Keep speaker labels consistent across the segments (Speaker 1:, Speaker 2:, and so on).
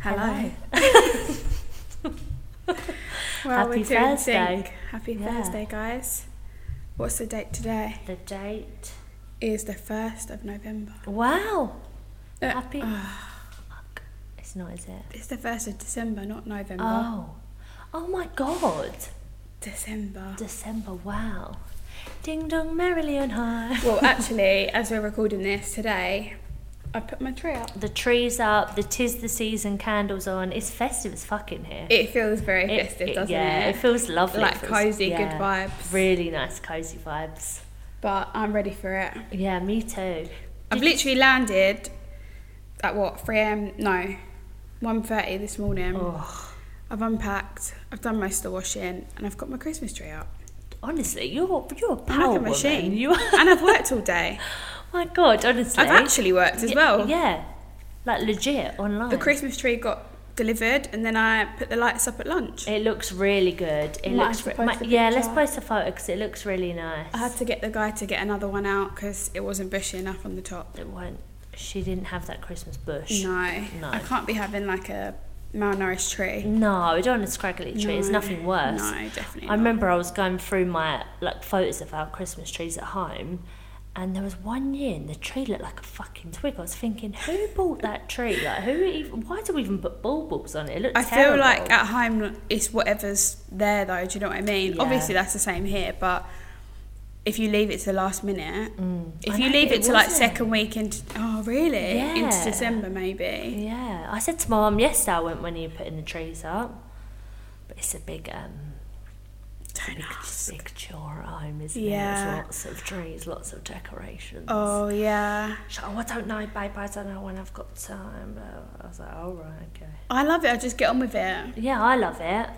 Speaker 1: Hello.
Speaker 2: Happy
Speaker 1: we're doing
Speaker 2: Thursday.
Speaker 1: sync. Happy
Speaker 2: Yeah.
Speaker 1: Thursday, guys. What's the date today?
Speaker 2: The date.
Speaker 1: It is the 1st of November.
Speaker 2: Wow.
Speaker 1: Uh,
Speaker 2: Happy.
Speaker 1: oh,
Speaker 2: Fuck. It's not, is it?
Speaker 1: it's the 1st of December, not November.
Speaker 2: Oh. Oh my god.
Speaker 1: December.
Speaker 2: December. Wow. Ding dong merrily on high.
Speaker 1: well, actually, as we're recording this today, I put my tree up.
Speaker 2: The trees up. The tis the season candles on. It's festive as fucking here.
Speaker 1: It feels very
Speaker 2: It-
Speaker 1: festive,
Speaker 2: it-
Speaker 1: doesn't
Speaker 2: yeah,
Speaker 1: it?
Speaker 2: it feels lovely.
Speaker 1: Like
Speaker 2: It feels-
Speaker 1: cozy, good
Speaker 2: yeah.
Speaker 1: vibes.
Speaker 2: Really nice cozy vibes.
Speaker 1: But I'm ready for it.
Speaker 2: Yeah, me too.
Speaker 1: I've literally landed at what 3am? No, 1.30 this morning.
Speaker 2: Oh,
Speaker 1: I've unpacked. I've done most of the washing, and I've got my Christmas tree up.
Speaker 2: honestly, you're you're a
Speaker 1: I'm like
Speaker 2: power
Speaker 1: a machine.
Speaker 2: Woman. You are. Oh
Speaker 1: and I've worked all day.
Speaker 2: my god, honestly.
Speaker 1: I've actually worked as
Speaker 2: Y-
Speaker 1: well.
Speaker 2: Yeah, like legit online.
Speaker 1: The Christmas tree got delivered, and then I put the lights up at lunch.
Speaker 2: It looks really good. It
Speaker 1: Might
Speaker 2: looks
Speaker 1: have to
Speaker 2: re-
Speaker 1: post
Speaker 2: mi-
Speaker 1: a
Speaker 2: yeah. Let's
Speaker 1: picture.
Speaker 2: post a photo because it looks really nice.
Speaker 1: I had to get the guy to get another one out because it wasn't bushy enough on the top.
Speaker 2: It won't. She didn't have that Christmas bush.
Speaker 1: No,
Speaker 2: No.
Speaker 1: I can't be having like a malnourished tree.
Speaker 2: No, I don't want a scraggly tree. It's
Speaker 1: No.
Speaker 2: nothing worse.
Speaker 1: No, definitely.
Speaker 2: I
Speaker 1: not.
Speaker 2: remember I was going through my like photos of our Christmas trees at home, and there was one year and the tree looked like a fucking twig. I was thinking, who bought that tree? Like, who even? Why do we even put bulbs on it? It looked
Speaker 1: I feel
Speaker 2: terrible.
Speaker 1: like at home it's whatever's there though. Do you know what I mean?
Speaker 2: Yeah.
Speaker 1: Obviously that's the same here, but if you leave it to the last minute, if
Speaker 2: Mm. I
Speaker 1: you
Speaker 2: know,
Speaker 1: leave
Speaker 2: it
Speaker 1: it, to like
Speaker 2: wasn't.
Speaker 1: second week into oh really into
Speaker 2: Yeah.
Speaker 1: December maybe.
Speaker 2: Yeah, I said to my mum yesterday. I went when are you putting the trees up, but it's a big um.
Speaker 1: Don't
Speaker 2: Big,
Speaker 1: ask.
Speaker 2: big chore at home, isn't it?
Speaker 1: Yeah.
Speaker 2: There's lots of trees, lots of decorations.
Speaker 1: Oh yeah,
Speaker 2: She's like, oh, I don't know, babe. I don't know when I've got time. Uh, I was like, all right, okay.
Speaker 1: I love it. I just get on with it.
Speaker 2: Yeah, I love it.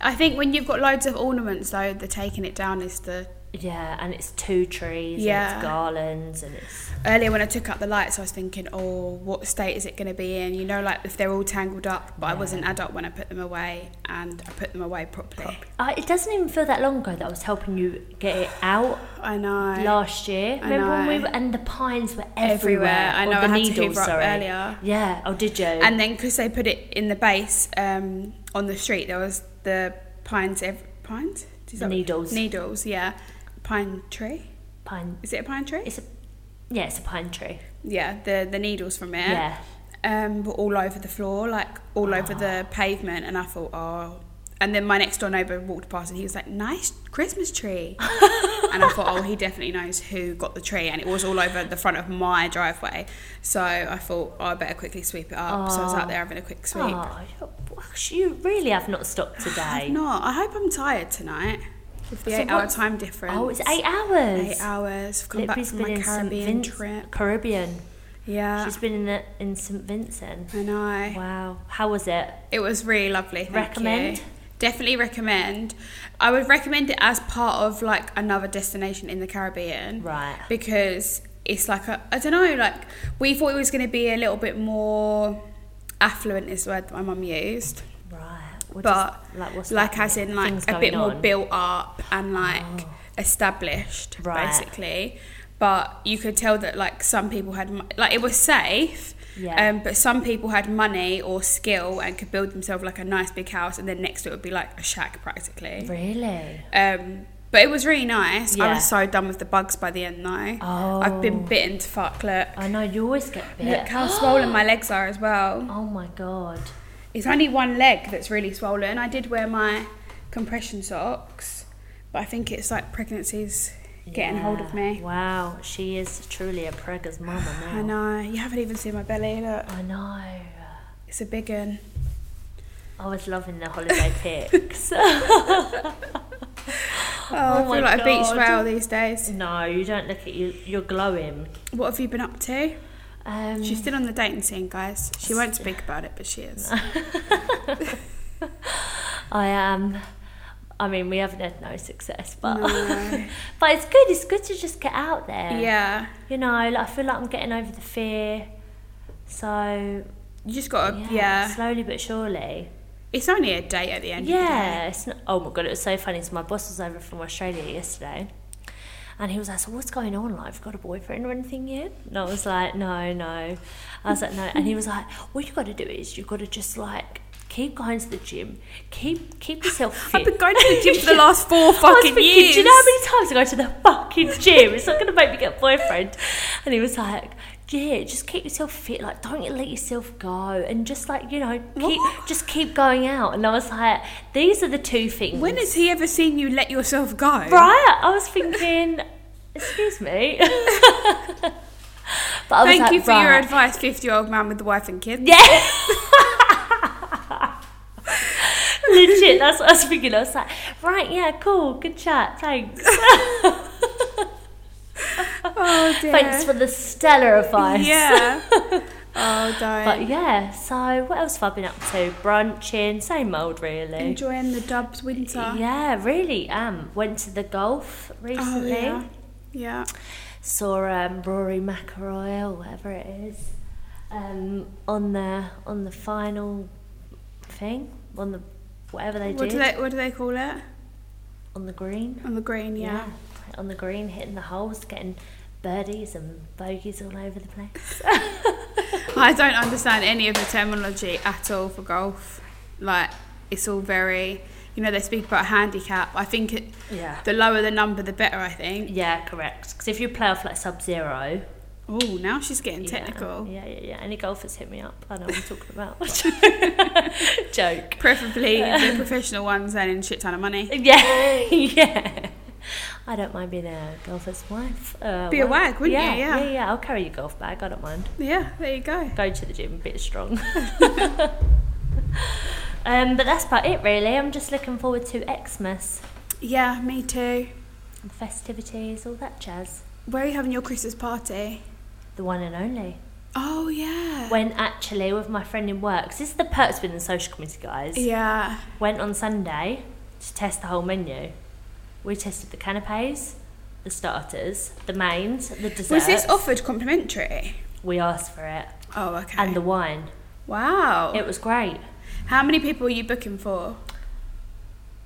Speaker 1: I think when you've got loads of ornaments though, the taking it down is the
Speaker 2: Yeah, and it's two trees, and
Speaker 1: Yeah.
Speaker 2: it's garlands, and it's
Speaker 1: earlier when I took out the lights, I was thinking, oh, what state is it going to be in? You know, like if they're all tangled up. But I was an adult when I put them away, and I put them away properly.
Speaker 2: I, it doesn't even feel that long ago that I was helping you get it out
Speaker 1: I know.
Speaker 2: last year. Remember when we
Speaker 1: know.
Speaker 2: were and the pines were everywhere.
Speaker 1: Everywhere. I
Speaker 2: or
Speaker 1: know,
Speaker 2: The
Speaker 1: I had to
Speaker 2: needles,
Speaker 1: hoover up
Speaker 2: sorry.
Speaker 1: earlier.
Speaker 2: Yeah. Oh, did you?
Speaker 1: And then because they put it in the base um, on the street, there was the pines. Ev- pines? Is that-
Speaker 2: Needles.
Speaker 1: Needles. Yeah. Pine tree.
Speaker 2: pine.
Speaker 1: Is it a pine tree?
Speaker 2: It's a yeah. It's a pine tree.
Speaker 1: yeah. The the needles from it.
Speaker 2: Yeah.
Speaker 1: Um, were all over the floor, like all over the
Speaker 2: Ah.
Speaker 1: pavement, and I thought, oh. And then my next door neighbour walked past, and he was like, "Nice Christmas tree," and I thought, oh, he definitely knows who got the tree, and it was all over the front of my driveway. So I thought, oh, I better quickly sweep it up. So I was out there having a quick sweep.
Speaker 2: Oh, you- gosh, you really have not stopped today.
Speaker 1: No, I hope I'm tired tonight. With the
Speaker 2: So
Speaker 1: eight hour
Speaker 2: what's-
Speaker 1: time difference.
Speaker 2: Oh, it's eight hours.
Speaker 1: Eight hours. I've come
Speaker 2: Lippy's
Speaker 1: back
Speaker 2: been
Speaker 1: from my
Speaker 2: in St.
Speaker 1: Caribbean
Speaker 2: Vinc-
Speaker 1: trip. Ah.
Speaker 2: Caribbean.
Speaker 1: Yeah.
Speaker 2: She's been in the, in St Vincent.
Speaker 1: I know.
Speaker 2: Wow, how was it?
Speaker 1: It was really lovely. Thank
Speaker 2: Recommend?
Speaker 1: You. Definitely recommend. I would recommend it as part of like another destination in the Caribbean.
Speaker 2: Right.
Speaker 1: Because it's like a, I don't know, like we thought it was going to be a little bit more affluent is the word that my mum used.
Speaker 2: Right. What
Speaker 1: but
Speaker 2: does- like what's
Speaker 1: like
Speaker 2: that
Speaker 1: as
Speaker 2: mean?
Speaker 1: in like
Speaker 2: Things
Speaker 1: a bit
Speaker 2: going
Speaker 1: more
Speaker 2: on? Oh.
Speaker 1: built up and like established
Speaker 2: Right.
Speaker 1: basically but you could tell that like some people had mo- like it was safe
Speaker 2: Yeah.
Speaker 1: um, but some people had money or skill and could build themselves like a nice big house and then next to it would be like a shack practically
Speaker 2: Really?
Speaker 1: um, but it was really nice
Speaker 2: Yeah.
Speaker 1: i was so done with the bugs by the end though
Speaker 2: Oh.
Speaker 1: i've been bitten to fuck look
Speaker 2: I know you always get bit.
Speaker 1: look how swollen my legs are as well
Speaker 2: Oh my god.
Speaker 1: it's only one leg that's really swollen. I did wear my compression socks, but I think it's like pregnancy's getting
Speaker 2: Yeah.
Speaker 1: hold of me.
Speaker 2: Wow, she is truly a pregger's mama now.
Speaker 1: I know. You haven't even seen my belly. Look,
Speaker 2: I know.
Speaker 1: it's a big one.
Speaker 2: I was loving the holiday pics.
Speaker 1: Oh,
Speaker 2: Oh
Speaker 1: I
Speaker 2: my
Speaker 1: feel like a beach
Speaker 2: God.
Speaker 1: whale these days.
Speaker 2: no, you don't look at you. You're glowing.
Speaker 1: What have you been up to?
Speaker 2: Um,
Speaker 1: She's still on the dating scene, guys. She won't speak about it, but she is.
Speaker 2: I am. I mean, we haven't had no success, but
Speaker 1: No.
Speaker 2: but it's good. It's good to just get out there.
Speaker 1: yeah.
Speaker 2: You know, like, I feel like I'm getting over the fear. So
Speaker 1: You just gotta, yeah.
Speaker 2: Slowly but surely.
Speaker 1: It's only a date at the end. of the day.
Speaker 2: Yeah. It's not, oh my god, it was so funny. So my boss was over from Australia yesterday, And he was like, So what's going on? Like, have you got a boyfriend or anything yet? And I was like, No, no. I was like, No. And he was like, What you got to do is you've got to just like keep going to the gym, keep keep yourself fit.
Speaker 1: I've been going to the gym for the last four
Speaker 2: I was
Speaker 1: fucking
Speaker 2: thinking,
Speaker 1: years.
Speaker 2: Do you know how many times I go to the fucking gym? It's not going to make me get a boyfriend. And he was like, yeah, just keep yourself fit. Like, don't let yourself go, and just like you know, keep
Speaker 1: What?
Speaker 2: just keep going out. And I was like, these are the two things.
Speaker 1: when has he ever seen you let yourself go?
Speaker 2: right? I was thinking, excuse me. but I was
Speaker 1: Thank
Speaker 2: like,
Speaker 1: you for your
Speaker 2: right.
Speaker 1: advice, 50 year old man with the wife and kids.
Speaker 2: Yeah. Legit, that's what I was thinking. I was like, right, yeah, cool, good chat, thanks.
Speaker 1: Oh, dear.
Speaker 2: Thanks for the stellar advice.
Speaker 1: Yeah. oh, don't.
Speaker 2: But yeah, so what else have I been up to? Brunching, same old really.
Speaker 1: Enjoying the dubs winter.
Speaker 2: Yeah, really am. Went to the golf
Speaker 1: Oh,
Speaker 2: recently.
Speaker 1: yeah. Yeah.
Speaker 2: Saw um, Rory McIlroy or whatever it is um, on the on the final thing on the whatever they
Speaker 1: What
Speaker 2: did
Speaker 1: do they What do they call it
Speaker 2: on the green.
Speaker 1: on the green? Yeah.
Speaker 2: On the green, hitting the holes, getting birdies and bogeys all over the place.
Speaker 1: I don't understand any of the terminology at all for golf. Like it's all very, you know, they speak about handicap. I think it,
Speaker 2: Yeah.
Speaker 1: the lower the number, the better. I think.
Speaker 2: Yeah, correct. Because if you play off like sub zero,
Speaker 1: Oh, now she's getting technical.
Speaker 2: Yeah, yeah, yeah. Any golfers hit me up. I know what I'm talking about. Joke.
Speaker 1: Preferably the professional ones earning a shit ton of money.
Speaker 2: Yeah, yeah. I don't mind being a golfer's wife. Uh,
Speaker 1: Be a wag, wouldn't
Speaker 2: yeah,
Speaker 1: you? Yeah.
Speaker 2: yeah, yeah. I'll carry your golf bag. I don't mind.
Speaker 1: Yeah, there you go.
Speaker 2: Go to the gym, a bit strong. um, but that's about it, really. I'm just looking forward to Xmas
Speaker 1: Yeah, me too.
Speaker 2: and festivities, all that jazz.
Speaker 1: Where are you having your Christmas party?
Speaker 2: The one and only.
Speaker 1: Oh yeah.
Speaker 2: When actually, with my friend in work, 'cause this is the perks within the social committee, guys.
Speaker 1: Yeah.
Speaker 2: Went on Sunday to test the whole menu. We tested the canapes, the starters, the mains, the desserts.
Speaker 1: Was this offered complimentary?
Speaker 2: We asked for it.
Speaker 1: Oh, okay.
Speaker 2: And the wine.
Speaker 1: wow.
Speaker 2: It was great.
Speaker 1: How many people are you booking for?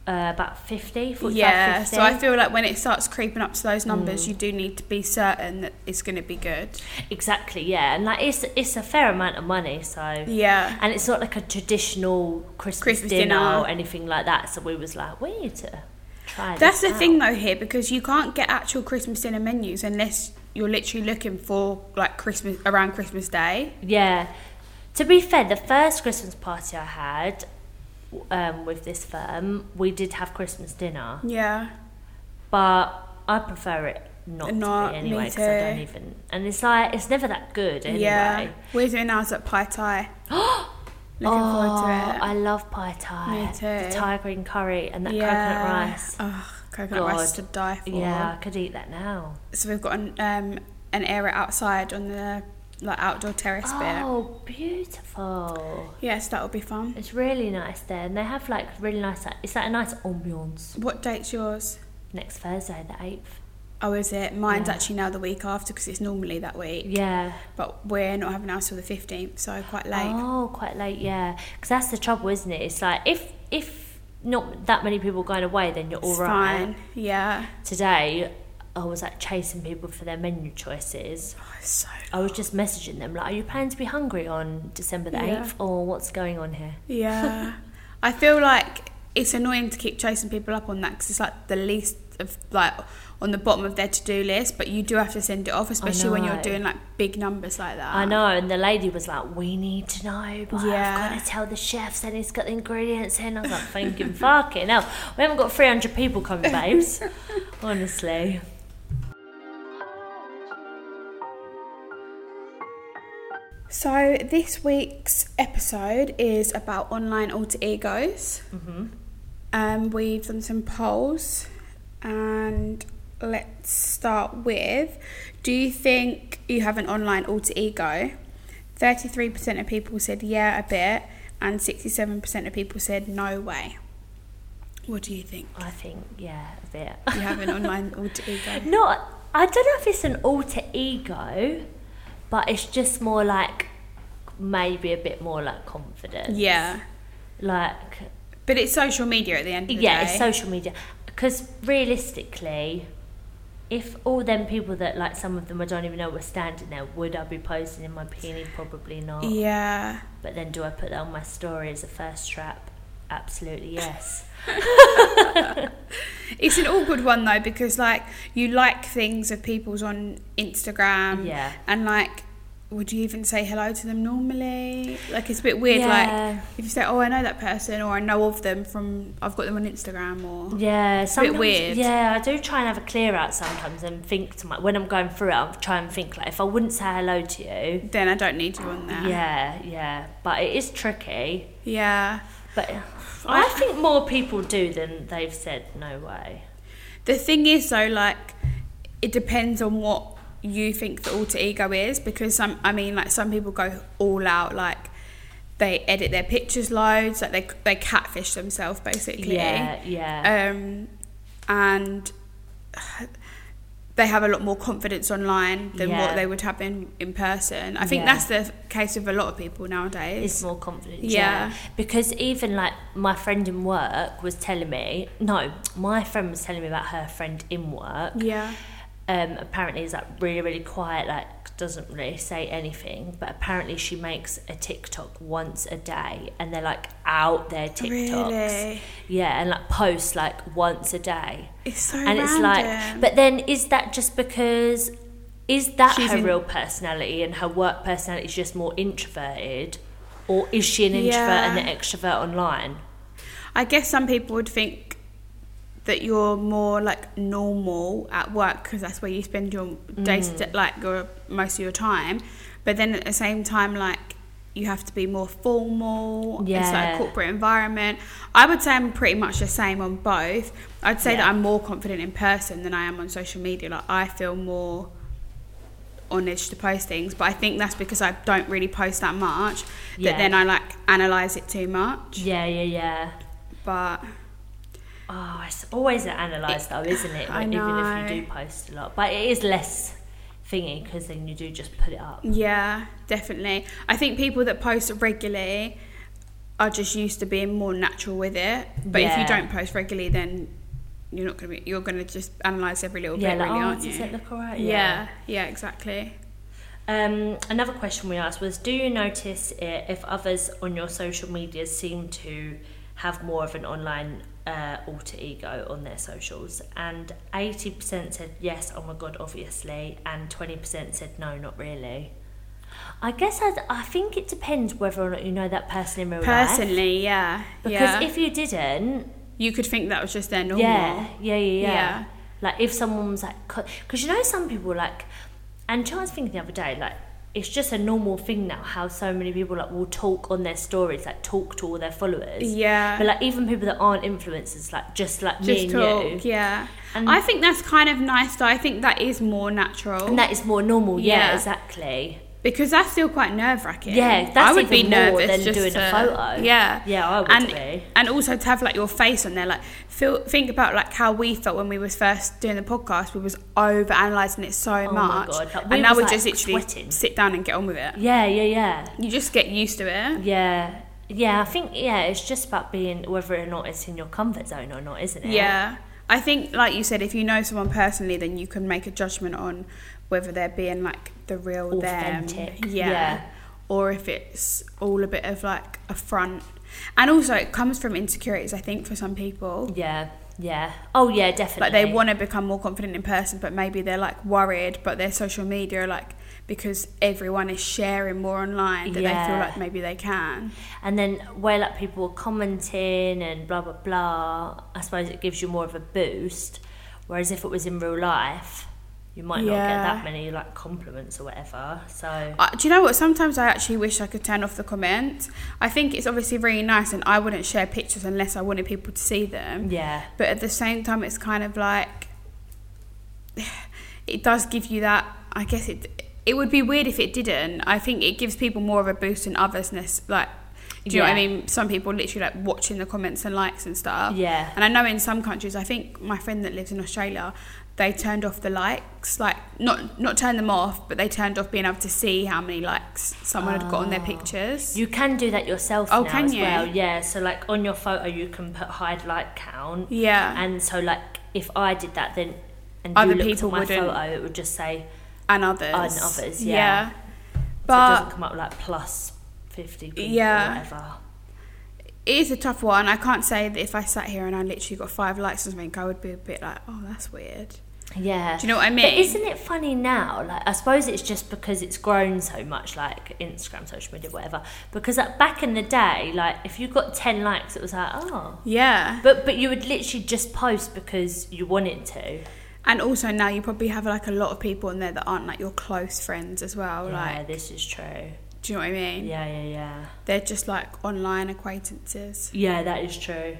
Speaker 2: Uh, about 50, 45,
Speaker 1: yeah,
Speaker 2: 50.
Speaker 1: so I feel like when it starts creeping up to those numbers,
Speaker 2: Mm.
Speaker 1: you do need to be certain that it's going to be good.
Speaker 2: Exactly, yeah. And like, it's, it's a fair amount of money, so.
Speaker 1: Yeah.
Speaker 2: And it's not like a traditional Christmas,
Speaker 1: Christmas
Speaker 2: dinner,
Speaker 1: dinner.
Speaker 2: or anything like that. So we was like, we need to try
Speaker 1: That's
Speaker 2: this
Speaker 1: the
Speaker 2: out.
Speaker 1: thing though here because you can't get actual Christmas dinner menus unless you're literally looking for like Christmas around Christmas Day.
Speaker 2: Yeah. To be fair, the first Christmas party I had um, with this firm, we did have Christmas dinner,
Speaker 1: Yeah.
Speaker 2: but I prefer it not,
Speaker 1: Not,
Speaker 2: to be
Speaker 1: me
Speaker 2: anyway because I don't
Speaker 1: too.
Speaker 2: even. And it's like it's never that good anyway.
Speaker 1: Yeah. We're doing ours at Pai Tai. looking
Speaker 2: oh,
Speaker 1: forward to it.
Speaker 2: I love pie thai.
Speaker 1: Me
Speaker 2: The
Speaker 1: too.
Speaker 2: Thai green curry and that coconut rice.
Speaker 1: Oh, coconut
Speaker 2: God.
Speaker 1: rice to die for.
Speaker 2: Yeah, I could eat that now.
Speaker 1: So we've got an um, an area outside on the like outdoor terrace bit.
Speaker 2: Oh, beautiful.
Speaker 1: Yes, that'll be fun.
Speaker 2: It's really nice there, and they have like really nice. like, It's like a nice ambiance.
Speaker 1: What date's yours?
Speaker 2: Next Thursday, the eighth.
Speaker 1: Oh, is it? Mine's
Speaker 2: Yeah.
Speaker 1: actually now the week after because it's normally that week.
Speaker 2: Yeah.
Speaker 1: But we're not having ours till the 15th, so quite late.
Speaker 2: Oh, quite late, yeah. Because that's the trouble, isn't it? It's like if if not that many people going away, then you're all
Speaker 1: it's
Speaker 2: right.
Speaker 1: fine. Yeah.
Speaker 2: Today, I was like chasing people for their menu choices.
Speaker 1: Oh, it's so.
Speaker 2: I was just messaging them like, "Are you planning to be hungry on December the
Speaker 1: Yeah.
Speaker 2: eighth, or what's going on here?"
Speaker 1: Yeah. I feel like it's annoying to keep chasing people up on that because it's like the least of, like, on the bottom of their to do list, but you do have to send it off, especially when you're
Speaker 2: know.
Speaker 1: doing like big numbers like that.
Speaker 2: I know, and the lady was like, "We need to know, but
Speaker 1: Yeah.
Speaker 2: I've got to tell the chefs, and he's got the ingredients in." I was like, "Thinking, fucking hell, we haven't got three hundred people coming, babes." Honestly.
Speaker 1: So, this week's episode is about online alter egos. Um, we've done some polls, and let's start with Do you think you have an online alter ego? 33% of people said yeah, a bit, and 67% of people said no way. What do you think?
Speaker 2: I think, yeah, a bit.
Speaker 1: You have an online alter ego?
Speaker 2: Not, I don't know if it's an alter ego, but it's just more like maybe a bit more like confident.
Speaker 1: Yeah.
Speaker 2: Like,
Speaker 1: But it's social media at the end of the
Speaker 2: yeah,
Speaker 1: day.
Speaker 2: it's social media. Because realistically, if all them people that like some of them I don't even know were standing there, would I be posting in my peony? Probably not.
Speaker 1: Yeah.
Speaker 2: But then do I put that on my story as a first trap? Absolutely yes.
Speaker 1: It's an awkward one though because like you like things of people's on Instagram.
Speaker 2: Yeah.
Speaker 1: And like would you even say hello to them normally? Like it's a bit weird
Speaker 2: Yeah.
Speaker 1: like if you say oh I know that person or I know of them from I've got them on Instagram or
Speaker 2: Yeah, sometimes.
Speaker 1: weird.
Speaker 2: Yeah, I do try and have a clear out sometimes and think to my when I'm going through it. I'll try and think like if I wouldn't say hello to you.
Speaker 1: then I don't need you on there.
Speaker 2: Yeah, yeah, but it is tricky.
Speaker 1: Yeah.
Speaker 2: But I think more people do than they've said. No way.
Speaker 1: The thing is, though, like it depends on what you think the alter ego is, because some, I mean, like some people go all out, like they edit their pictures loads, like they they catfish themselves basically.
Speaker 2: Yeah, yeah,
Speaker 1: Um, and they have a lot more confidence online than
Speaker 2: Yeah.
Speaker 1: what they would have in in person. I think
Speaker 2: Yeah.
Speaker 1: that's the case with a lot of people nowadays.
Speaker 2: is more confident.
Speaker 1: Yeah.
Speaker 2: Yeah. Because even like my friend in work was telling me, no, my friend was telling me about her friend in work.
Speaker 1: yeah.
Speaker 2: Um, apparently is like really, really quiet, like doesn't really say anything. But apparently she makes a TikTok once a day and they're like out there TikToks.
Speaker 1: Really?
Speaker 2: Yeah, and like posts like once a day.
Speaker 1: It's so
Speaker 2: and it's like
Speaker 1: random.
Speaker 2: but then is that just because is that
Speaker 1: She's
Speaker 2: her
Speaker 1: in-
Speaker 2: real personality and her work personality is just more introverted or is she an introvert and
Speaker 1: Yeah.
Speaker 2: an extrovert online
Speaker 1: I guess some people would think that you're more like normal at work because that's where you spend your day
Speaker 2: Mm.
Speaker 1: to day like your most of your time. But then at the same time, like you have to be more formal. It's like
Speaker 2: Yeah.
Speaker 1: a corporate environment. I would say I'm pretty much the same on both. I'd say that
Speaker 2: Yeah.
Speaker 1: I'm more confident in person than I am on social media. Like I feel more on edge to post things, but I think that's because I don't really post that much.
Speaker 2: Yeah.
Speaker 1: That then I like analyze it too much.
Speaker 2: yeah yeah yeah
Speaker 1: But
Speaker 2: oh it's always an analyse though isn't it
Speaker 1: I
Speaker 2: Like, even if
Speaker 1: know.
Speaker 2: you do post a lot but it is less thingy because then you do just put it up
Speaker 1: Yeah, definitely. I think people that post regularly are just used to being more natural with it. But if you
Speaker 2: Yeah.
Speaker 1: don't post regularly, then you're not gonna be. You're gonna just analyze every little
Speaker 2: yeah
Speaker 1: bit,
Speaker 2: like
Speaker 1: really,
Speaker 2: oh
Speaker 1: aren't you?
Speaker 2: does it look alright
Speaker 1: yeah. yeah, exactly.
Speaker 2: Um, another question we asked was Do you notice uh, if others on your social media seem to have more of an online uh, alter ego on their socials? And 80% said yes, oh my god, obviously, and 20% said no, not really. I guess I, I think it depends whether or not you know that person in real life.
Speaker 1: Personally, yeah,
Speaker 2: Because
Speaker 1: yeah.
Speaker 2: if you didn't,
Speaker 1: you could think that was just their normal.
Speaker 2: yeah, yeah,
Speaker 1: Oh,
Speaker 2: yeah, yeah,
Speaker 1: Yeah.
Speaker 2: Like if someone was like, because you know some people like, and I was thinking the other day like. It's just a normal thing now how so many people like will talk on their stories, like talk to all their followers.
Speaker 1: Yeah.
Speaker 2: But like even people that aren't influencers, like just like me
Speaker 1: just
Speaker 2: and
Speaker 1: talk,
Speaker 2: you.
Speaker 1: yeah.
Speaker 2: And-
Speaker 1: I think that's kind of nice. Though I think that is more natural
Speaker 2: And that is more normal, yeah,
Speaker 1: Yeah.
Speaker 2: exactly.
Speaker 1: because that's still quite nerve wracking.
Speaker 2: Yeah, that's
Speaker 1: I would be
Speaker 2: even more
Speaker 1: nervous
Speaker 2: than
Speaker 1: just
Speaker 2: doing a
Speaker 1: to-
Speaker 2: photo.
Speaker 1: Yeah,
Speaker 2: Yeah, I would
Speaker 1: and,
Speaker 2: be.
Speaker 1: And also to have like your face on there, like feel think about like how we felt when we was first doing the podcast. We was over analysing it so
Speaker 2: Oh my
Speaker 1: much,
Speaker 2: God, like, we
Speaker 1: and now
Speaker 2: was,
Speaker 1: we
Speaker 2: like,
Speaker 1: just literally
Speaker 2: sweating.
Speaker 1: sit down and get on with it.
Speaker 2: Yeah, yeah, yeah.
Speaker 1: You just get used to it.
Speaker 2: Yeah. Yeah, I think yeah, it's just about being whether or not it's in your comfort zone or not, isn't it?
Speaker 1: Yeah. I think, like you said, if you know someone personally, then you can make a judgment on whether they're being like the real
Speaker 2: Authentic,
Speaker 1: them.
Speaker 2: yeah.
Speaker 1: Or if it's all a bit of like a front. And also, it comes from insecurities, I think, for some people.
Speaker 2: Yeah. Yeah. Oh yeah, definitely.
Speaker 1: Like, they want to become more confident in person, but maybe they're like worried, but their social media, like, because everyone is sharing more online, that they feel
Speaker 2: Yeah.
Speaker 1: like maybe they can.
Speaker 2: and then where like people were commenting and blah blah blah i suppose it gives you more of a boost whereas if it was in real life you might not get
Speaker 1: Yeah.
Speaker 2: that many like compliments or whatever so
Speaker 1: Uh, do you know what? Sometimes I actually wish I could turn off the comments. I think it's obviously really nice, and I wouldn't share pictures unless I wanted people to see them.
Speaker 2: yeah
Speaker 1: But at the same time, it's kind of like it does give you that. I guess it it would be weird if it didn't. I think it gives people more of a boost in othersness. Like, do you know what I
Speaker 2: Yeah.
Speaker 1: mean? Some people literally like watching the comments and likes and stuff.
Speaker 2: yeah
Speaker 1: And I know in some countries, I think my friend that lives in Australia, they turned off the likes, like not not turn them off, but they turned off being able to see how many likes someone had got on their
Speaker 2: Oh.
Speaker 1: pictures.
Speaker 2: you can do that yourself
Speaker 1: Oh,
Speaker 2: now
Speaker 1: can
Speaker 2: as
Speaker 1: you?
Speaker 2: well yeah so like on your photo you can put hide like count
Speaker 1: yeah,
Speaker 2: and so like if i did that then and
Speaker 1: Other
Speaker 2: you looked
Speaker 1: people
Speaker 2: at my
Speaker 1: wouldn't.
Speaker 2: photo, it would just say
Speaker 1: and others.
Speaker 2: And others, yeah. so it
Speaker 1: But
Speaker 2: doesn't come up like plus fifty people
Speaker 1: Yeah.
Speaker 2: or whatever.
Speaker 1: it is a tough one. I can't say that if I sat here and I literally got five likes or something, I would be a bit like, oh, that's weird.
Speaker 2: Yeah.
Speaker 1: Do you know what I
Speaker 2: But
Speaker 1: mean?
Speaker 2: isn't it funny now? Like, I suppose it's just because it's grown so much, like Instagram, social media, whatever. Because like, back in the day, like if you got ten likes, it was like, oh.
Speaker 1: yeah.
Speaker 2: But but you would literally just post because you wanted to.
Speaker 1: And also now you probably have like a lot of people in there that aren't like your close friends as well.
Speaker 2: yeah,
Speaker 1: Like,
Speaker 2: this is true.
Speaker 1: do you know what I mean?
Speaker 2: Yeah, yeah, yeah.
Speaker 1: They're just like online acquaintances.
Speaker 2: Yeah, that is true.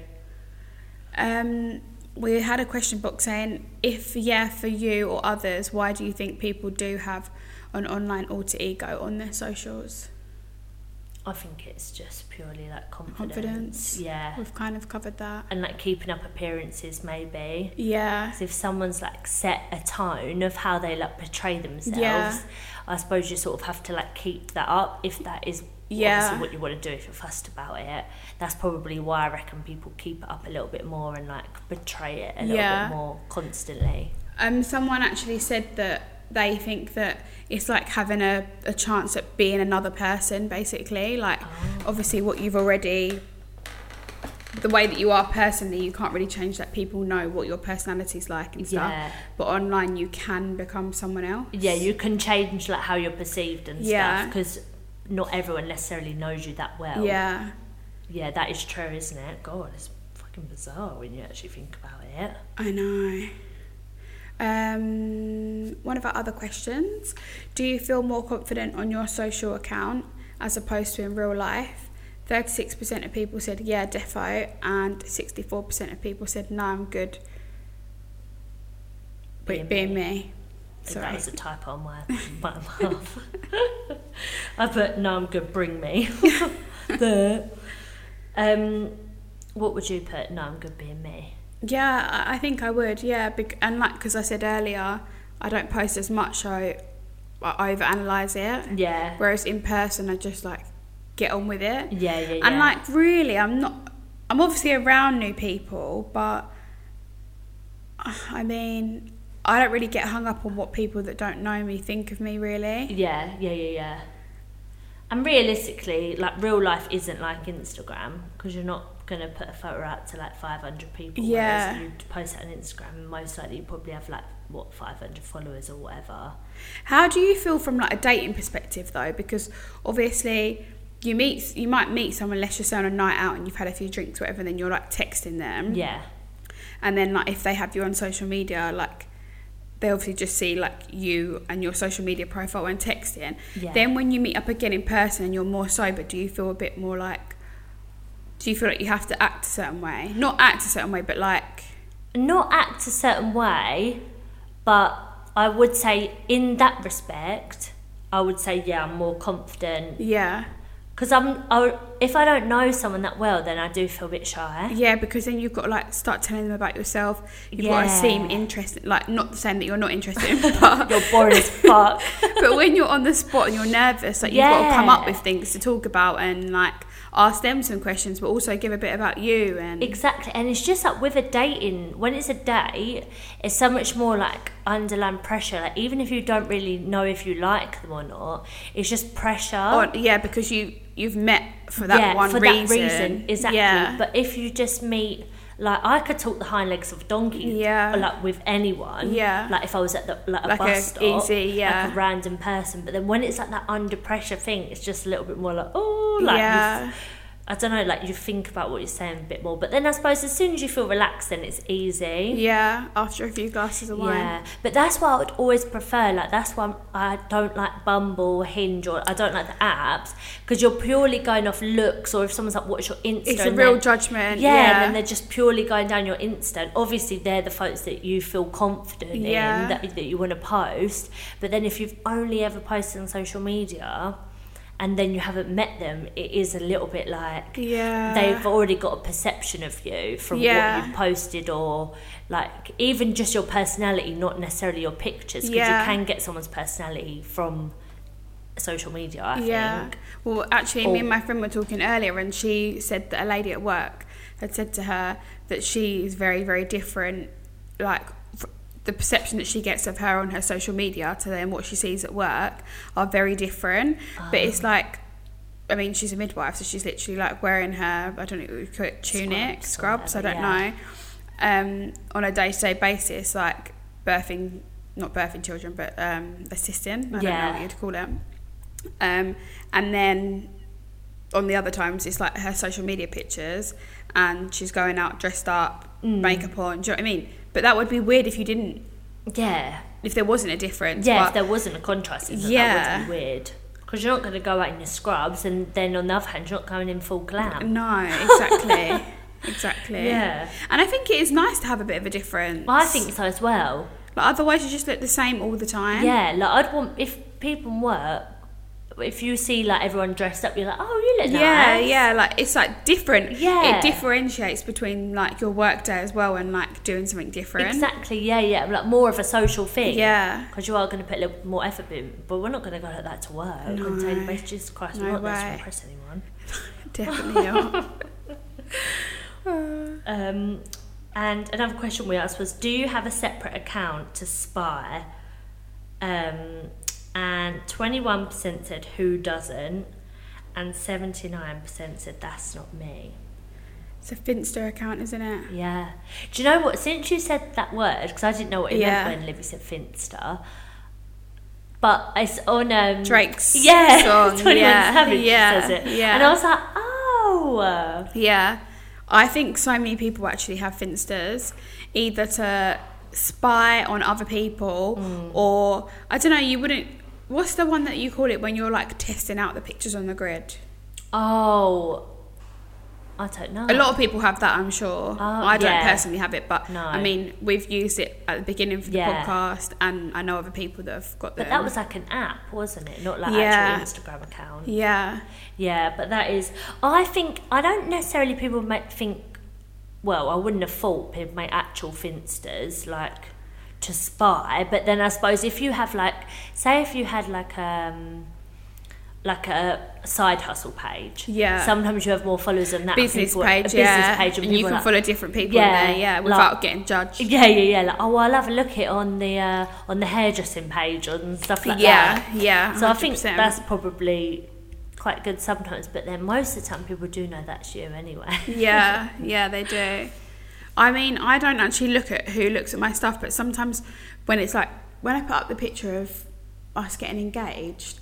Speaker 1: Um, we had a question box saying, if yeah, for you or others, why do you think people do have an online alter ego on their socials?
Speaker 2: I think it's just purely like confidence.
Speaker 1: Confidence.
Speaker 2: Yeah.
Speaker 1: We've kind of covered that.
Speaker 2: And like keeping up appearances, maybe.
Speaker 1: Yeah.
Speaker 2: So if someone's like set a tone of how they like portray themselves,
Speaker 1: Yeah.
Speaker 2: I suppose you sort of have to like keep that up if that is
Speaker 1: Yeah.
Speaker 2: obviously what you want to do if you're fussed about it. That's probably why I reckon people keep it up a little bit more and like portray it a little
Speaker 1: Yeah.
Speaker 2: bit more constantly.
Speaker 1: Um, someone actually said that they think that it's like having a, a chance at being another person, basically. Like,
Speaker 2: Oh.
Speaker 1: obviously, what you've already, the way that you are personally, you can't really change that. People know what your personality's like and stuff.
Speaker 2: Yeah.
Speaker 1: But online, you can become someone else.
Speaker 2: Yeah, you can change like how you're perceived and
Speaker 1: Yeah.
Speaker 2: stuff because not everyone necessarily knows you that well.
Speaker 1: Yeah.
Speaker 2: Yeah, that is true, isn't it? God, it's fucking bizarre when you actually think about it.
Speaker 1: I know. Um, one of our other questions Do you feel more confident on your social account as opposed to in real life? 36% of people said, yeah, defo, and 64% of people said, no, I'm good.
Speaker 2: Being
Speaker 1: But being me.
Speaker 2: That
Speaker 1: Sorry.
Speaker 2: was a typo on my, my mouth. I put, no, I'm good, bring me. there. Um, what would you put? No, I'm good being me.
Speaker 1: Yeah, I- I think I would, yeah. bec- And like, because I said earlier, I don't post as much, so I I overanalyze it.
Speaker 2: Yeah.
Speaker 1: Whereas in person, I just like get on with it.
Speaker 2: Yeah, yeah, yeah.
Speaker 1: And like really, I'm not. I'm obviously around new people, but I mean, I don't really get hung up on what people that don't know me think of me. Really,
Speaker 2: Yeah, yeah, yeah, yeah. And realistically, like, real life isn't like Instagram because you're not going to put a photo out to like 500 people.
Speaker 1: Yeah.
Speaker 2: Whereas you post it on Instagram, and most likely you probably have like, what, 500 followers or whatever.
Speaker 1: how do you feel from like a dating perspective though? Because obviously, you meet you might meet someone. Let's just say on a night out and you've had a few drinks, whatever. And then you're like texting them.
Speaker 2: Yeah.
Speaker 1: And then like if they have you on social media, like they obviously just see like you and your social media profile and texting.
Speaker 2: Yeah.
Speaker 1: Then when you meet up again in person and you're more sober, do you feel a bit more like do you feel like you have to act a certain way? Not act a certain way, but like
Speaker 2: not act a certain way, but I would say in that respect, I would say yeah, I'm more confident
Speaker 1: yeah.
Speaker 2: because I'm. I, if I don't know someone that well, then I do feel a bit shy.
Speaker 1: Yeah, because then you've got to like start telling them about yourself. You've got to
Speaker 2: Yeah.
Speaker 1: seem interested like not saying that you're not interested but
Speaker 2: You're boring as fuck.
Speaker 1: but when you're on the spot and you're nervous, like you've got to come up with things to talk about and like ask them some questions, but also give a bit about you and
Speaker 2: Exactly, and it's just like with a dating, when it's a date, it's so much more like underlying pressure. Like even if you don't really know if you like them or not, it's just pressure.
Speaker 1: on, yeah, because you you've met for that one
Speaker 2: for
Speaker 1: reason.
Speaker 2: that reason, exactly.
Speaker 1: Yeah.
Speaker 2: But if you just meet, like, I could talk the hind legs of a donkey,
Speaker 1: Yeah.
Speaker 2: like with anyone,
Speaker 1: Yeah.
Speaker 2: Like if I was at the like a
Speaker 1: Like
Speaker 2: bus
Speaker 1: a
Speaker 2: stop,
Speaker 1: easy,
Speaker 2: like
Speaker 1: yeah.
Speaker 2: a random person. But then when it's like that under pressure thing, it's just a little bit more like, oh, like. you
Speaker 1: Yeah.
Speaker 2: f- I don't know, like you think about what you're saying a bit more, but then I suppose as soon as you feel relaxed, then it's easy.
Speaker 1: yeah, after a few glasses of wine.
Speaker 2: Yeah, but that's why I would always prefer. Like that's why I don't like Bumble, Hinge, or I don't like the apps because you're purely going off looks. Or if someone's like, "What's your Insta?"
Speaker 1: It's a
Speaker 2: and
Speaker 1: real
Speaker 2: then-
Speaker 1: judgment.
Speaker 2: yeah, and
Speaker 1: Yeah.
Speaker 2: then they're just purely going down your Insta. And obviously, they're the photos that you feel confident
Speaker 1: Yeah.
Speaker 2: in that, that you want to post. But then, if you've only ever posted on social media, and then you haven't met them, it is a little bit like
Speaker 1: yeah.
Speaker 2: they've already got a perception of you from what
Speaker 1: Yeah.
Speaker 2: you've posted or like even just your personality not necessarily your pictures because
Speaker 1: Yeah.
Speaker 2: you can get someone's personality from social media i
Speaker 1: yeah.
Speaker 2: think
Speaker 1: Well, actually, me
Speaker 2: Or-
Speaker 1: and my friend were talking earlier, and she said that a lady at work had said to her that she is very, very different, like f- the perception that she gets of her on her social media to then what she sees at work are very different. But
Speaker 2: Ah.
Speaker 1: it's like, I mean, she's a midwife, so she's literally like wearing her, I don't know, we call it tunic,
Speaker 2: Scrubs
Speaker 1: scrubs,
Speaker 2: or
Speaker 1: I don't
Speaker 2: whatever,
Speaker 1: know, um, on a day to day basis, like birthing, not birthing children, but um, assisting, I don't know
Speaker 2: Yeah.
Speaker 1: what you'd call it. Um, and then on the other times, it's like her social media pictures and she's going out dressed up,
Speaker 2: Mm.
Speaker 1: makeup on, do you know what I mean? But that would be weird if you didn't
Speaker 2: Yeah.
Speaker 1: if there wasn't a difference.
Speaker 2: Yeah, if
Speaker 1: but
Speaker 2: there wasn't a contrast, isn't it? that
Speaker 1: Yeah.
Speaker 2: would be weird. Because you're not going to go out in your scrubs, and then on the other hand, you're not going in full glam.
Speaker 1: no, exactly, exactly.
Speaker 2: Yeah.
Speaker 1: and I think it is nice to have a bit of a difference.
Speaker 2: I think so as well.
Speaker 1: like, otherwise you just look the same all the time.
Speaker 2: Yeah, like I'd want if people work, if you see like everyone dressed up, you're like, oh, you look nice.
Speaker 1: Yeah, yeah, like it's like different.
Speaker 2: Yeah.
Speaker 1: It differentiates between like your work day as well and like doing something different.
Speaker 2: Exactly. Yeah, yeah. Like more of a social thing.
Speaker 1: Yeah.
Speaker 2: Because you are going to put a little more effort in, but we're not going to go like that to work. No. And tell you,
Speaker 1: No.
Speaker 2: Jesus Christ,
Speaker 1: No
Speaker 2: we're not there to
Speaker 1: way.
Speaker 2: impress anyone.
Speaker 1: Definitely not.
Speaker 2: Um, and another question we asked was, do you have a separate account to spy? Um, and twenty-one percent said who doesn't, and seventy-nine percent said that's not me.
Speaker 1: It's a Finster account, isn't it?
Speaker 2: Yeah. Do you know what? Since you said that word, because I didn't know what it
Speaker 1: Yeah.
Speaker 2: meant when Libby said Finster, but it's on um,
Speaker 1: Drake's
Speaker 2: yeah,
Speaker 1: song,
Speaker 2: 21
Speaker 1: yeah,
Speaker 2: Savage
Speaker 1: yeah,
Speaker 2: says it,
Speaker 1: yeah.
Speaker 2: and I was like, oh,
Speaker 1: Yeah. I think so many people actually have finsters either to spy on other people
Speaker 2: Mm.
Speaker 1: or I don't know, you wouldn't what's the one that you call it when you're like testing out the pictures on the grid?
Speaker 2: oh, I don't know.
Speaker 1: A lot of people have that, I'm sure. I don't
Speaker 2: Oh. yeah.
Speaker 1: personally have it, but
Speaker 2: No.
Speaker 1: I mean, we've used it at the beginning for the
Speaker 2: Yeah.
Speaker 1: podcast and I know other people that have got them.
Speaker 2: But that was like an app, wasn't it? Not like
Speaker 1: Yeah.
Speaker 2: actual Instagram account.
Speaker 1: Yeah.
Speaker 2: Yeah, but that is. I think I don't necessarily people might think. Well, I wouldn't have thought people make actual finsters like to spy, but then I suppose if you have like, say, if you had like um like a side hustle page,
Speaker 1: Yeah.
Speaker 2: Sometimes you have more followers than that and
Speaker 1: Business
Speaker 2: people-
Speaker 1: page,
Speaker 2: a business
Speaker 1: yeah.
Speaker 2: page, and,
Speaker 1: and you
Speaker 2: people
Speaker 1: can
Speaker 2: are like,
Speaker 1: follow different people
Speaker 2: Yeah,
Speaker 1: in there, yeah,
Speaker 2: like-
Speaker 1: without getting judged.
Speaker 2: Yeah, yeah, yeah. Like, oh, I'll have a look it on the uh, on the hairdressing page and stuff like that.
Speaker 1: yeah, yeah.
Speaker 2: So I think
Speaker 1: 100%.
Speaker 2: that's probably quite good sometimes, but then most of the time people do know that's you anyway.
Speaker 1: yeah, yeah, they do. I mean, I don't actually look at who looks at my stuff, but sometimes when it's like when I put up the picture of us getting engaged,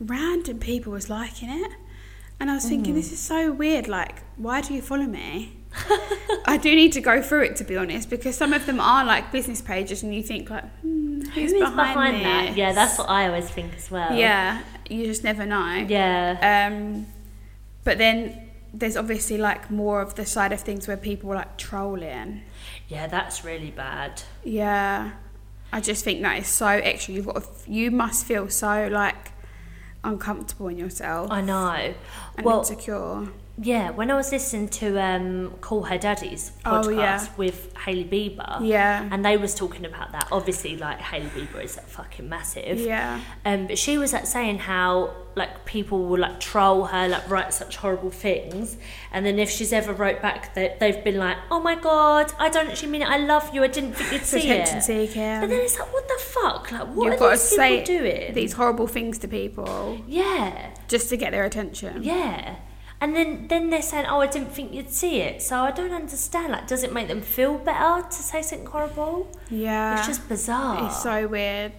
Speaker 1: random people was liking it, and I was thinking, this
Speaker 2: Mm.
Speaker 1: is so weird. Like, why do you follow me? I do need to go through it to be honest, because some of them are like business pages, and you think like, hmm, who's
Speaker 2: Who's
Speaker 1: behind,
Speaker 2: that?
Speaker 1: this?
Speaker 2: Yeah, that's what I always think as well.
Speaker 1: yeah. You just never know.
Speaker 2: Yeah.
Speaker 1: Um, but then there's obviously like more of the side of things where people are like trolling.
Speaker 2: Yeah, that's really bad.
Speaker 1: Yeah, I just think that is so extra. You've got, to, f- you must feel so like uncomfortable in yourself
Speaker 2: I know.
Speaker 1: and
Speaker 2: well, uh,
Speaker 1: insecure.
Speaker 2: yeah, when I was listening to um, Call Her Daddy's podcast
Speaker 1: Oh, yeah.
Speaker 2: with Hailey Bieber,
Speaker 1: Yeah.
Speaker 2: and they was talking about that. Obviously, like Hailey Bieber is like, fucking massive.
Speaker 1: Yeah.
Speaker 2: Um, but she was like saying how like people will like troll her, like write such horrible things, and then if she's ever wrote back, that they've been like, "Oh my god, I don't actually mean it. I love you. I didn't think you'd see
Speaker 1: Attention
Speaker 2: it." But then
Speaker 1: seeking.
Speaker 2: it's like, what the fuck? Like, what
Speaker 1: You've
Speaker 2: are
Speaker 1: got to
Speaker 2: these people
Speaker 1: say
Speaker 2: doing?
Speaker 1: these horrible things to people
Speaker 2: yeah,
Speaker 1: just to get their attention.
Speaker 2: yeah. And then then they're saying, "Oh, I didn't think you'd see it." So I don't understand. Like, does it make them feel better to say something horrible?
Speaker 1: Yeah.
Speaker 2: It's just bizarre.
Speaker 1: Uh, It's so weird.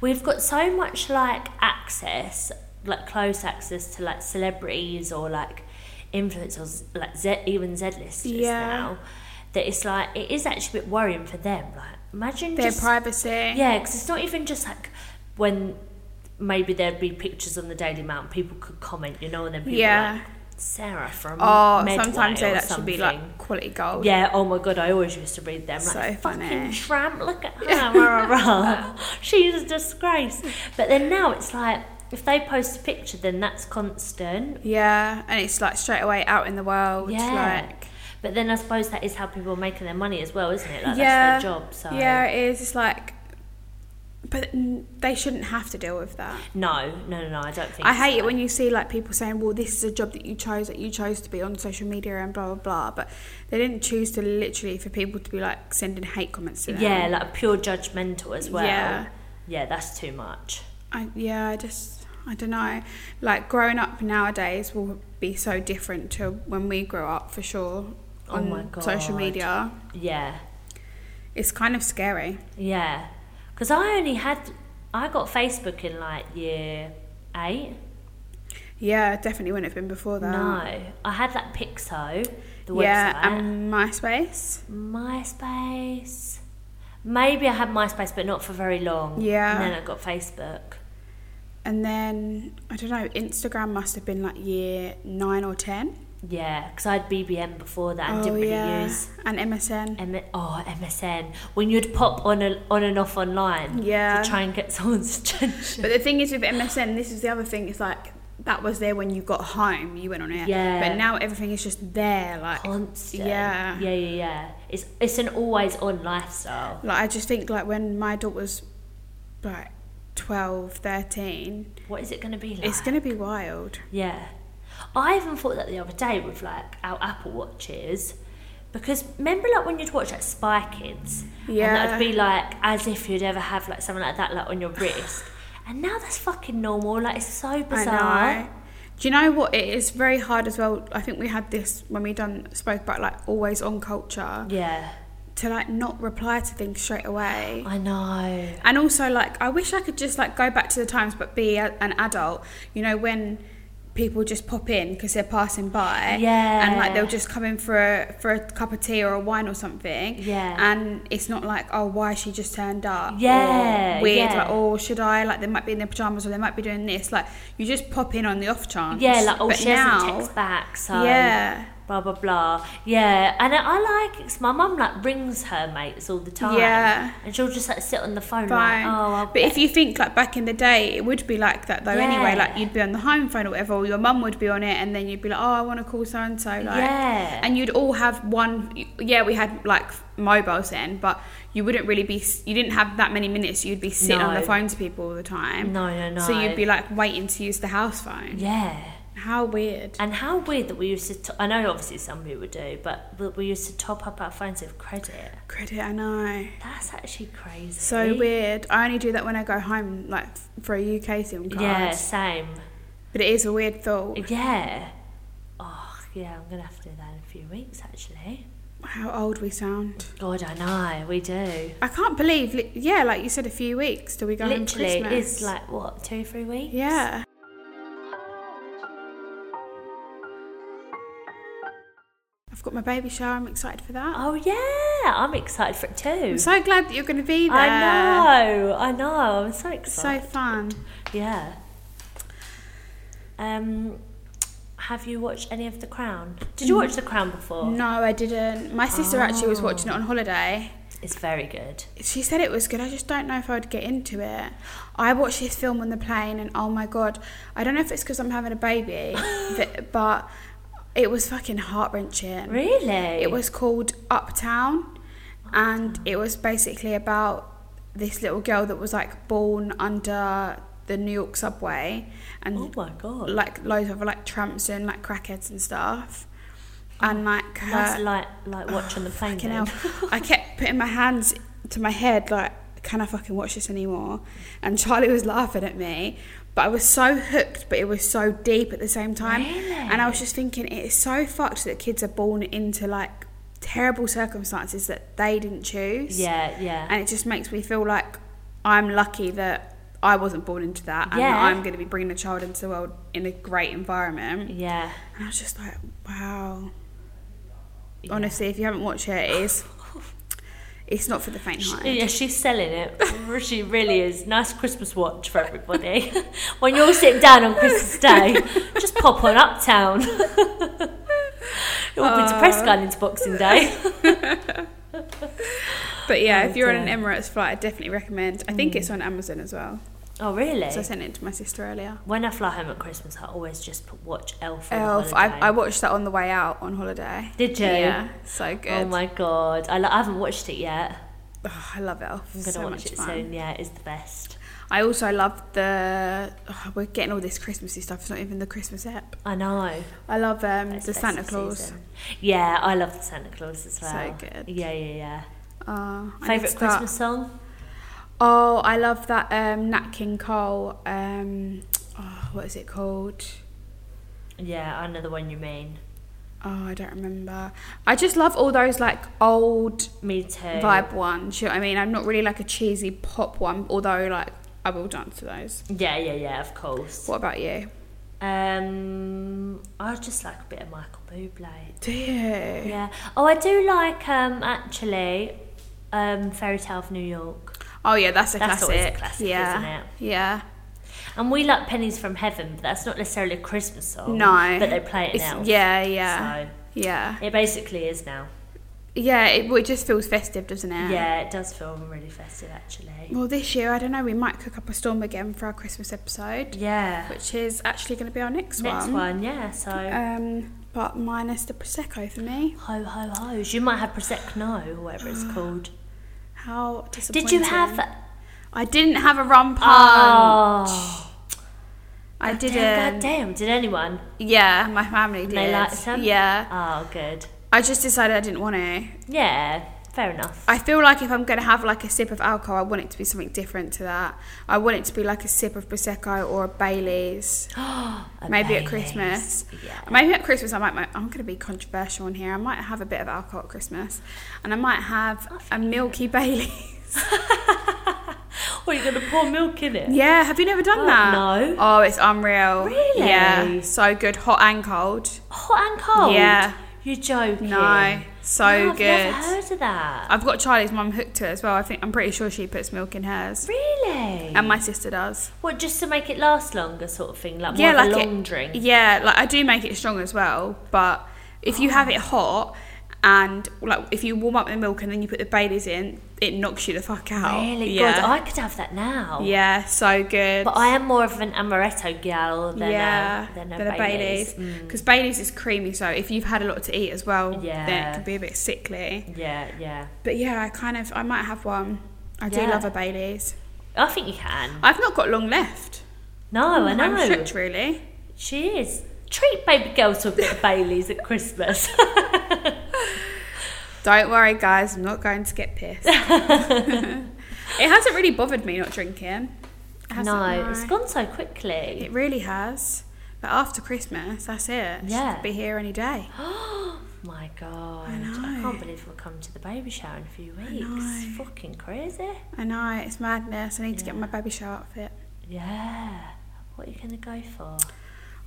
Speaker 2: we've got so much like access like close access to like celebrities or like influencers like Z, even Z-listers
Speaker 1: Yeah.
Speaker 2: now that it's like it is actually a bit worrying for them like imagine
Speaker 1: Their
Speaker 2: just,
Speaker 1: privacy.
Speaker 2: yeah because it's not even just like when maybe there'd be pictures on the Daily Mail and people could comment you know and then people
Speaker 1: Yeah.
Speaker 2: yeah. like Sarah from
Speaker 1: Oh,
Speaker 2: Medway
Speaker 1: sometimes they
Speaker 2: or
Speaker 1: that should be like
Speaker 2: something.
Speaker 1: quality gold.
Speaker 2: Yeah, oh my god, I always used to read them. Like,
Speaker 1: So
Speaker 2: fucking
Speaker 1: funny.
Speaker 2: tramp, look at her. rah, rah, rah. She's a disgrace. But then now it's like, if they post a picture, then that's constant.
Speaker 1: Yeah, and it's like straight away out in the world.
Speaker 2: Yeah.
Speaker 1: Like,
Speaker 2: But then I suppose that is how people are making their money as well, isn't it? Like,
Speaker 1: yeah,
Speaker 2: that's their job. So,
Speaker 1: yeah, it is. It's like but n- they shouldn't have to deal with that.
Speaker 2: No, no, no, no. I don't think.
Speaker 1: I hate it when you see like people saying, "Well, this is a job that you chose, that you chose to be on social media and blah blah blah," but they didn't choose to literally for people to be like sending hate comments to them.
Speaker 2: Yeah, like pure judgmental as well.
Speaker 1: Yeah.
Speaker 2: Yeah, that's too much.
Speaker 1: I, yeah, I just I don't know. Like growing up nowadays will be so different to when we grew up for sure
Speaker 2: Oh
Speaker 1: on
Speaker 2: my
Speaker 1: social
Speaker 2: God.
Speaker 1: media.
Speaker 2: Yeah,
Speaker 1: It's kind of scary.
Speaker 2: yeah. Because I only had, I got Facebook in like year eight.
Speaker 1: Yeah, definitely wouldn't have been before that.
Speaker 2: No, I had that Pixo, the
Speaker 1: Um, yeah,
Speaker 2: website.
Speaker 1: and MySpace.
Speaker 2: MySpace. Maybe I had MySpace, but not for very long.
Speaker 1: Yeah.
Speaker 2: And then I got Facebook.
Speaker 1: And then I don't know, Instagram must have been like year nine or ten.
Speaker 2: Yeah, because I had BBM before that and
Speaker 1: Oh,
Speaker 2: didn't really use
Speaker 1: And MSN.
Speaker 2: M- oh, MSN. When you'd pop on a, on and off online
Speaker 1: Yeah.
Speaker 2: to try and get someone's attention.
Speaker 1: But the thing is with MSN, this is the other thing, it's like that was there when you got home, you went on it.
Speaker 2: Yeah.
Speaker 1: But now everything is just there, like
Speaker 2: Constant.
Speaker 1: Yeah.
Speaker 2: Yeah, yeah, yeah. It's, it's an always on lifestyle.
Speaker 1: Like I just think like when my daughter was like 12, 13,
Speaker 2: What is it going to be like?
Speaker 1: it's going to be wild.
Speaker 2: Yeah. I even thought that the other day with like our Apple Watches. Because remember like when you'd watch like Spy Kids? And
Speaker 1: Yeah.
Speaker 2: that would be like as if you'd ever have like something like that like on your wrist. and now that's fucking normal, like it's so
Speaker 1: I know.
Speaker 2: bizarre.
Speaker 1: Do you know what? It is very hard as well. I think we had this when we done spoke about like always on culture
Speaker 2: Yeah.
Speaker 1: to like not reply to things straight away.
Speaker 2: I know.
Speaker 1: And also, like, I wish I could just like go back to the times, but be a, an adult. You know, when people just pop in because they're passing by,
Speaker 2: Yeah.
Speaker 1: and like they'll just come in for a, for a cup of tea or a wine or something,
Speaker 2: Yeah.
Speaker 1: And it's not like, oh, why she just turned up, or
Speaker 2: Yeah,
Speaker 1: weird,
Speaker 2: yeah.
Speaker 1: like, oh, should I? Like, they might be in their pajamas or they might be doing this. Like, you just pop in on the off chance.
Speaker 2: Yeah, like oh
Speaker 1: But
Speaker 2: she hasn't text back, so
Speaker 1: yeah.
Speaker 2: blah blah blah. Yeah, and I, I like it's my mum like brings her mates all the time.
Speaker 1: Yeah.
Speaker 2: and she'll just like sit on the phone
Speaker 1: Fine.
Speaker 2: like oh I'll
Speaker 1: but if you think like back in the day, it would be like that though. Anyway,
Speaker 2: Yeah.
Speaker 1: like you'd be on the home phone or whatever, or your mum would be on it, and then you'd be like, "Oh, I want to call so and so." Like,
Speaker 2: Yeah.
Speaker 1: and you'd all have one. Yeah, we had like mobiles then, but you wouldn't really be. You didn't have that many minutes. You'd be sitting on
Speaker 2: No.
Speaker 1: the phone to people all the time.
Speaker 2: No, no,
Speaker 1: So
Speaker 2: no.
Speaker 1: you'd be like waiting to use the house phone.
Speaker 2: yeah. Uh,
Speaker 1: How weird.
Speaker 2: And how weird that we used to. T- I know obviously some people do, but that we used to top up our phones with credit.
Speaker 1: Credit, I know.
Speaker 2: That's actually crazy.
Speaker 1: So weird. I only do that when I go home, like f- for a UK SIM card.
Speaker 2: Yeah, same.
Speaker 1: But it is a weird thought.
Speaker 2: Yeah. Oh, yeah. I'm gonna have to do that in a few weeks actually.
Speaker 1: How old we sound.
Speaker 2: God, I know we do.
Speaker 1: I can't believe, li- yeah, like you said, a few weeks till we go on
Speaker 2: Literally,
Speaker 1: Christmas.
Speaker 2: it's like what two, three weeks.
Speaker 1: yeah. I've got my baby shower. I'm excited for that.
Speaker 2: Oh yeah, I'm excited for it too.
Speaker 1: I'm so glad that you're going to be there.
Speaker 2: I know, I know. I'm so
Speaker 1: It's so
Speaker 2: excited.
Speaker 1: fun.
Speaker 2: yeah. Um, have you watched any of The Crown? Did
Speaker 1: Mm.
Speaker 2: you watch The Crown before?
Speaker 1: No, I didn't. My sister actually was
Speaker 2: Oh.
Speaker 1: watching it on holiday.
Speaker 2: It's very good.
Speaker 1: She said it was good. I just don't know if I'd get into it. I watched this film on the plane, and oh my god, I don't know if it's because I'm having a baby, but- but it was fucking heart wrenching.
Speaker 2: Really?
Speaker 1: It was called Uptown, and it was basically about this little girl that was like born under the New York subway, and
Speaker 2: Oh my god.
Speaker 1: like loads of like tramps and like crackheads and stuff, and like her.
Speaker 2: Nice light, like watching the plane.
Speaker 1: Fucking
Speaker 2: then.
Speaker 1: hell. I kept putting my hands to my head, like, can I fucking watch this anymore? And Charlie was laughing at me. But I was so hooked, but it was so deep at the same time.
Speaker 2: Really?
Speaker 1: And I was just thinking, it is so fucked that kids are born into like terrible circumstances that they didn't choose.
Speaker 2: Yeah, yeah.
Speaker 1: And it just makes me feel like I'm lucky that I wasn't born into that and that
Speaker 2: Yeah.
Speaker 1: I'm going to be bringing a child into the world in a great environment.
Speaker 2: yeah.
Speaker 1: And I was just like, wow. Honestly, if you haven't watched it, it's it's not for the faint-hearted.
Speaker 2: Yeah, she's selling it. She really is. Nice Christmas watch for everybody. when you're all sitting down on Christmas Day, just pop on Uptown. You'll be depressed going into Boxing Day.
Speaker 1: But yeah,
Speaker 2: Oh,
Speaker 1: if you're on
Speaker 2: dear.
Speaker 1: an Emirates flight, I definitely recommend. I think it's
Speaker 2: Mm.
Speaker 1: on Amazon as well.
Speaker 2: Oh, really?
Speaker 1: So I sent it to my sister earlier.
Speaker 2: When I fly home at Christmas, I always just put, watch Elf. on
Speaker 1: Elf. I,
Speaker 2: holiday.
Speaker 1: I watched that on the way out on holiday.
Speaker 2: Did you?
Speaker 1: Yeah, so good.
Speaker 2: Oh my god! I, lo- I haven't watched it yet.
Speaker 1: oh, I love it. Elf.
Speaker 2: I'm
Speaker 1: It's
Speaker 2: gonna
Speaker 1: so
Speaker 2: watch
Speaker 1: much
Speaker 2: it
Speaker 1: fun.
Speaker 2: soon. Yeah, it's the best.
Speaker 1: I also love the. oh, we're getting all this Christmassy stuff. It's not even the Christmas app.
Speaker 2: I know.
Speaker 1: I love um,
Speaker 2: It's
Speaker 1: the Santa
Speaker 2: festive
Speaker 1: Claus.
Speaker 2: season. Yeah, I love the Santa Claus as
Speaker 1: So
Speaker 2: well.
Speaker 1: good.
Speaker 2: Yeah, yeah, yeah.
Speaker 1: Uh, I need to
Speaker 2: Favorite
Speaker 1: start-
Speaker 2: Christmas song?
Speaker 1: Oh, I love that um, Nat King Cole. Um, oh, what is it called?
Speaker 2: Yeah, I know the one you mean.
Speaker 1: Oh, I don't remember. I just love all those like old
Speaker 2: Me too.
Speaker 1: vibe ones. You know what I mean? I'm not really like a cheesy pop one, although like I will dance to those.
Speaker 2: Yeah, yeah, yeah. Of course.
Speaker 1: What about you?
Speaker 2: Um, I just like a bit of Michael Bublé.
Speaker 1: Do you?
Speaker 2: Yeah. Oh, I do like um actually, um Fairy Tale of New York,
Speaker 1: Oh yeah, that's a
Speaker 2: That's
Speaker 1: classic.
Speaker 2: always a classic,
Speaker 1: yeah.
Speaker 2: isn't
Speaker 1: Yeah.
Speaker 2: and we like Pennies from Heaven, but that's not necessarily a Christmas song.
Speaker 1: No.
Speaker 2: Oh, But they play it
Speaker 1: It's-
Speaker 2: now.
Speaker 1: yeah, yeah,
Speaker 2: So
Speaker 1: yeah,
Speaker 2: it basically is now.
Speaker 1: yeah. It, well, it just feels festive, doesn't it?
Speaker 2: Yeah, it does feel really festive actually.
Speaker 1: Well, this year I don't know. We might cook up a storm again for our Christmas episode,
Speaker 2: Yeah.
Speaker 1: which is actually going to be our next,
Speaker 2: Next
Speaker 1: one.
Speaker 2: one, yeah. So
Speaker 1: Um, but minus the prosecco for me.
Speaker 2: ho ho ho's. You might have prosecco or whatever it's called.
Speaker 1: How disappointing!
Speaker 2: Did you have?
Speaker 1: I didn't have a rum punch.
Speaker 2: Oh,
Speaker 1: I didn't.
Speaker 2: damn, God damn! Did anyone?
Speaker 1: Yeah, my family did.
Speaker 2: They liked them.
Speaker 1: Yeah,
Speaker 2: Oh, good.
Speaker 1: I just decided I didn't want to.
Speaker 2: Yeah, fair enough.
Speaker 1: I feel like if I'm going to have like a sip of alcohol, I want it to be something different to that. I want it to be like a sip of prosecco or a Bailey's.
Speaker 2: A
Speaker 1: Maybe at
Speaker 2: Baileys.
Speaker 1: Christmas.
Speaker 2: Yeah.
Speaker 1: Maybe at Christmas I might. might- I'm going to be controversial in here. I might have a bit of alcohol at Christmas, and I might have
Speaker 2: Oh,
Speaker 1: a Milky Bailey's.
Speaker 2: What are you Oh, gonna pour milk in it?
Speaker 1: yeah, have you never done
Speaker 2: Oh,
Speaker 1: that?
Speaker 2: no.
Speaker 1: Oh, it's unreal.
Speaker 2: Really?
Speaker 1: Yeah, so good, hot and cold.
Speaker 2: Hot and cold.
Speaker 1: Yeah.
Speaker 2: You're joking.
Speaker 1: No, so
Speaker 2: No, I've
Speaker 1: good.
Speaker 2: never heard of that.
Speaker 1: I've got Charlie's mum hooked to it as well. I think I'm pretty sure she puts milk in hers,
Speaker 2: Really?
Speaker 1: and my sister does.
Speaker 2: what just to make it last longer, sort of thing, like
Speaker 1: yeah,
Speaker 2: more
Speaker 1: like
Speaker 2: of a
Speaker 1: it-
Speaker 2: long drink.
Speaker 1: Yeah, like I do make it strong as well, but if you
Speaker 2: Oh.
Speaker 1: have it hot and like if you warm up the milk and then you put the Baileys in, it knocks you the fuck out.
Speaker 2: Really?
Speaker 1: Oh, yeah.
Speaker 2: God, I could have that now.
Speaker 1: yeah, so good.
Speaker 2: But I am more of an amaretto gal than a than a, Baileys. Mm.
Speaker 1: because Baileys is creamy. So if you've had a lot to eat as well, then
Speaker 2: Yeah.
Speaker 1: it can be a bit sickly.
Speaker 2: Yeah, yeah.
Speaker 1: But yeah, I kind of I might have one. I do
Speaker 2: Yeah.
Speaker 1: love a Baileys.
Speaker 2: I think you can.
Speaker 1: I've not got long left.
Speaker 2: No, Oh, I
Speaker 1: I'm
Speaker 2: know.
Speaker 1: strict, really.
Speaker 2: She is. Treat baby girl to a bit of Baileys at Christmas.
Speaker 1: Don't worry, guys, I'm not going to get pissed. it hasn't really bothered me not drinking. It
Speaker 2: no,
Speaker 1: hasn't,
Speaker 2: it's
Speaker 1: no.
Speaker 2: gone so quickly.
Speaker 1: It really has. But after Christmas, that's it. She
Speaker 2: Yeah.
Speaker 1: could be here any day.
Speaker 2: Oh my god. I,
Speaker 1: know.
Speaker 2: can't believe we're coming to the baby shower in a few weeks.
Speaker 1: know.
Speaker 2: Fucking crazy.
Speaker 1: I know, it's madness. I need to get
Speaker 2: Yeah.
Speaker 1: my baby shower outfit.
Speaker 2: Yeah. What are you gonna go for?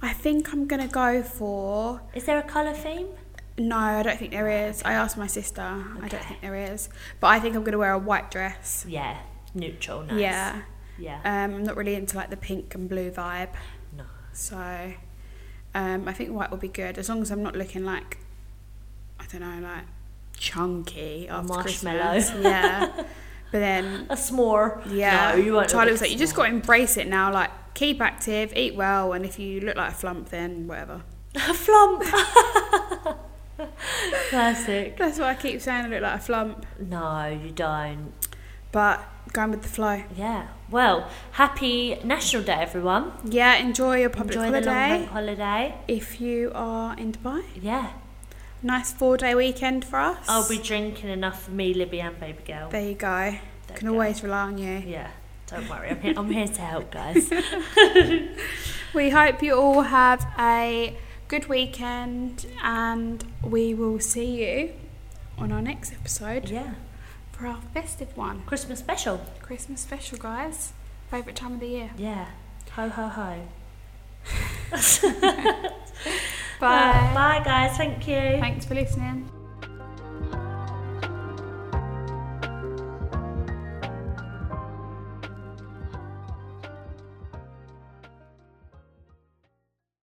Speaker 1: I think I'm going to go for.
Speaker 2: Is there a colour theme?
Speaker 1: No, I don't think there is. I asked my sister. I don't
Speaker 2: Okay.
Speaker 1: think there is. But I think I'm going to wear a white dress.
Speaker 2: Yeah. Neutral, nice.
Speaker 1: Yeah.
Speaker 2: Yeah.
Speaker 1: Um, I'm not really into like the pink and blue vibe.
Speaker 2: no.
Speaker 1: So um, I think white will be good as long as I'm not looking like I don't know, like chunky after
Speaker 2: marshmallow.
Speaker 1: Christmas. Yeah. but then
Speaker 2: A s'more.
Speaker 1: yeah,
Speaker 2: No, you won't.
Speaker 1: Charlie
Speaker 2: look
Speaker 1: was like, you just got to embrace it now. Like keep active, eat well, and if you look like a flump, then whatever.
Speaker 2: A flump. Classic.
Speaker 1: That's what I keep saying. I look like a flump,
Speaker 2: No, you don't.
Speaker 1: but going with the flow.
Speaker 2: Yeah. Well, happy National Day, everyone.
Speaker 1: Yeah, enjoy your public
Speaker 2: Enjoy the long bank
Speaker 1: holiday
Speaker 2: holiday.
Speaker 1: if you are in Dubai.
Speaker 2: Yeah.
Speaker 1: Nice four day weekend for us.
Speaker 2: I'll be drinking enough for me, Libby, and baby girl.
Speaker 1: There you go.
Speaker 2: There
Speaker 1: Can
Speaker 2: you go.
Speaker 1: always rely on you.
Speaker 2: Yeah. Don't worry. I'm here, I'm here to help, guys.
Speaker 1: We hope you all have a good weekend and we will see you on our next episode
Speaker 2: yeah.
Speaker 1: for our festive one.
Speaker 2: Christmas special.
Speaker 1: Christmas special, guys. Favourite time of the year.
Speaker 2: Yeah. Ho, ho, ho.
Speaker 1: Bye.
Speaker 2: Bye, guys. Thank you.
Speaker 1: Thanks for listening.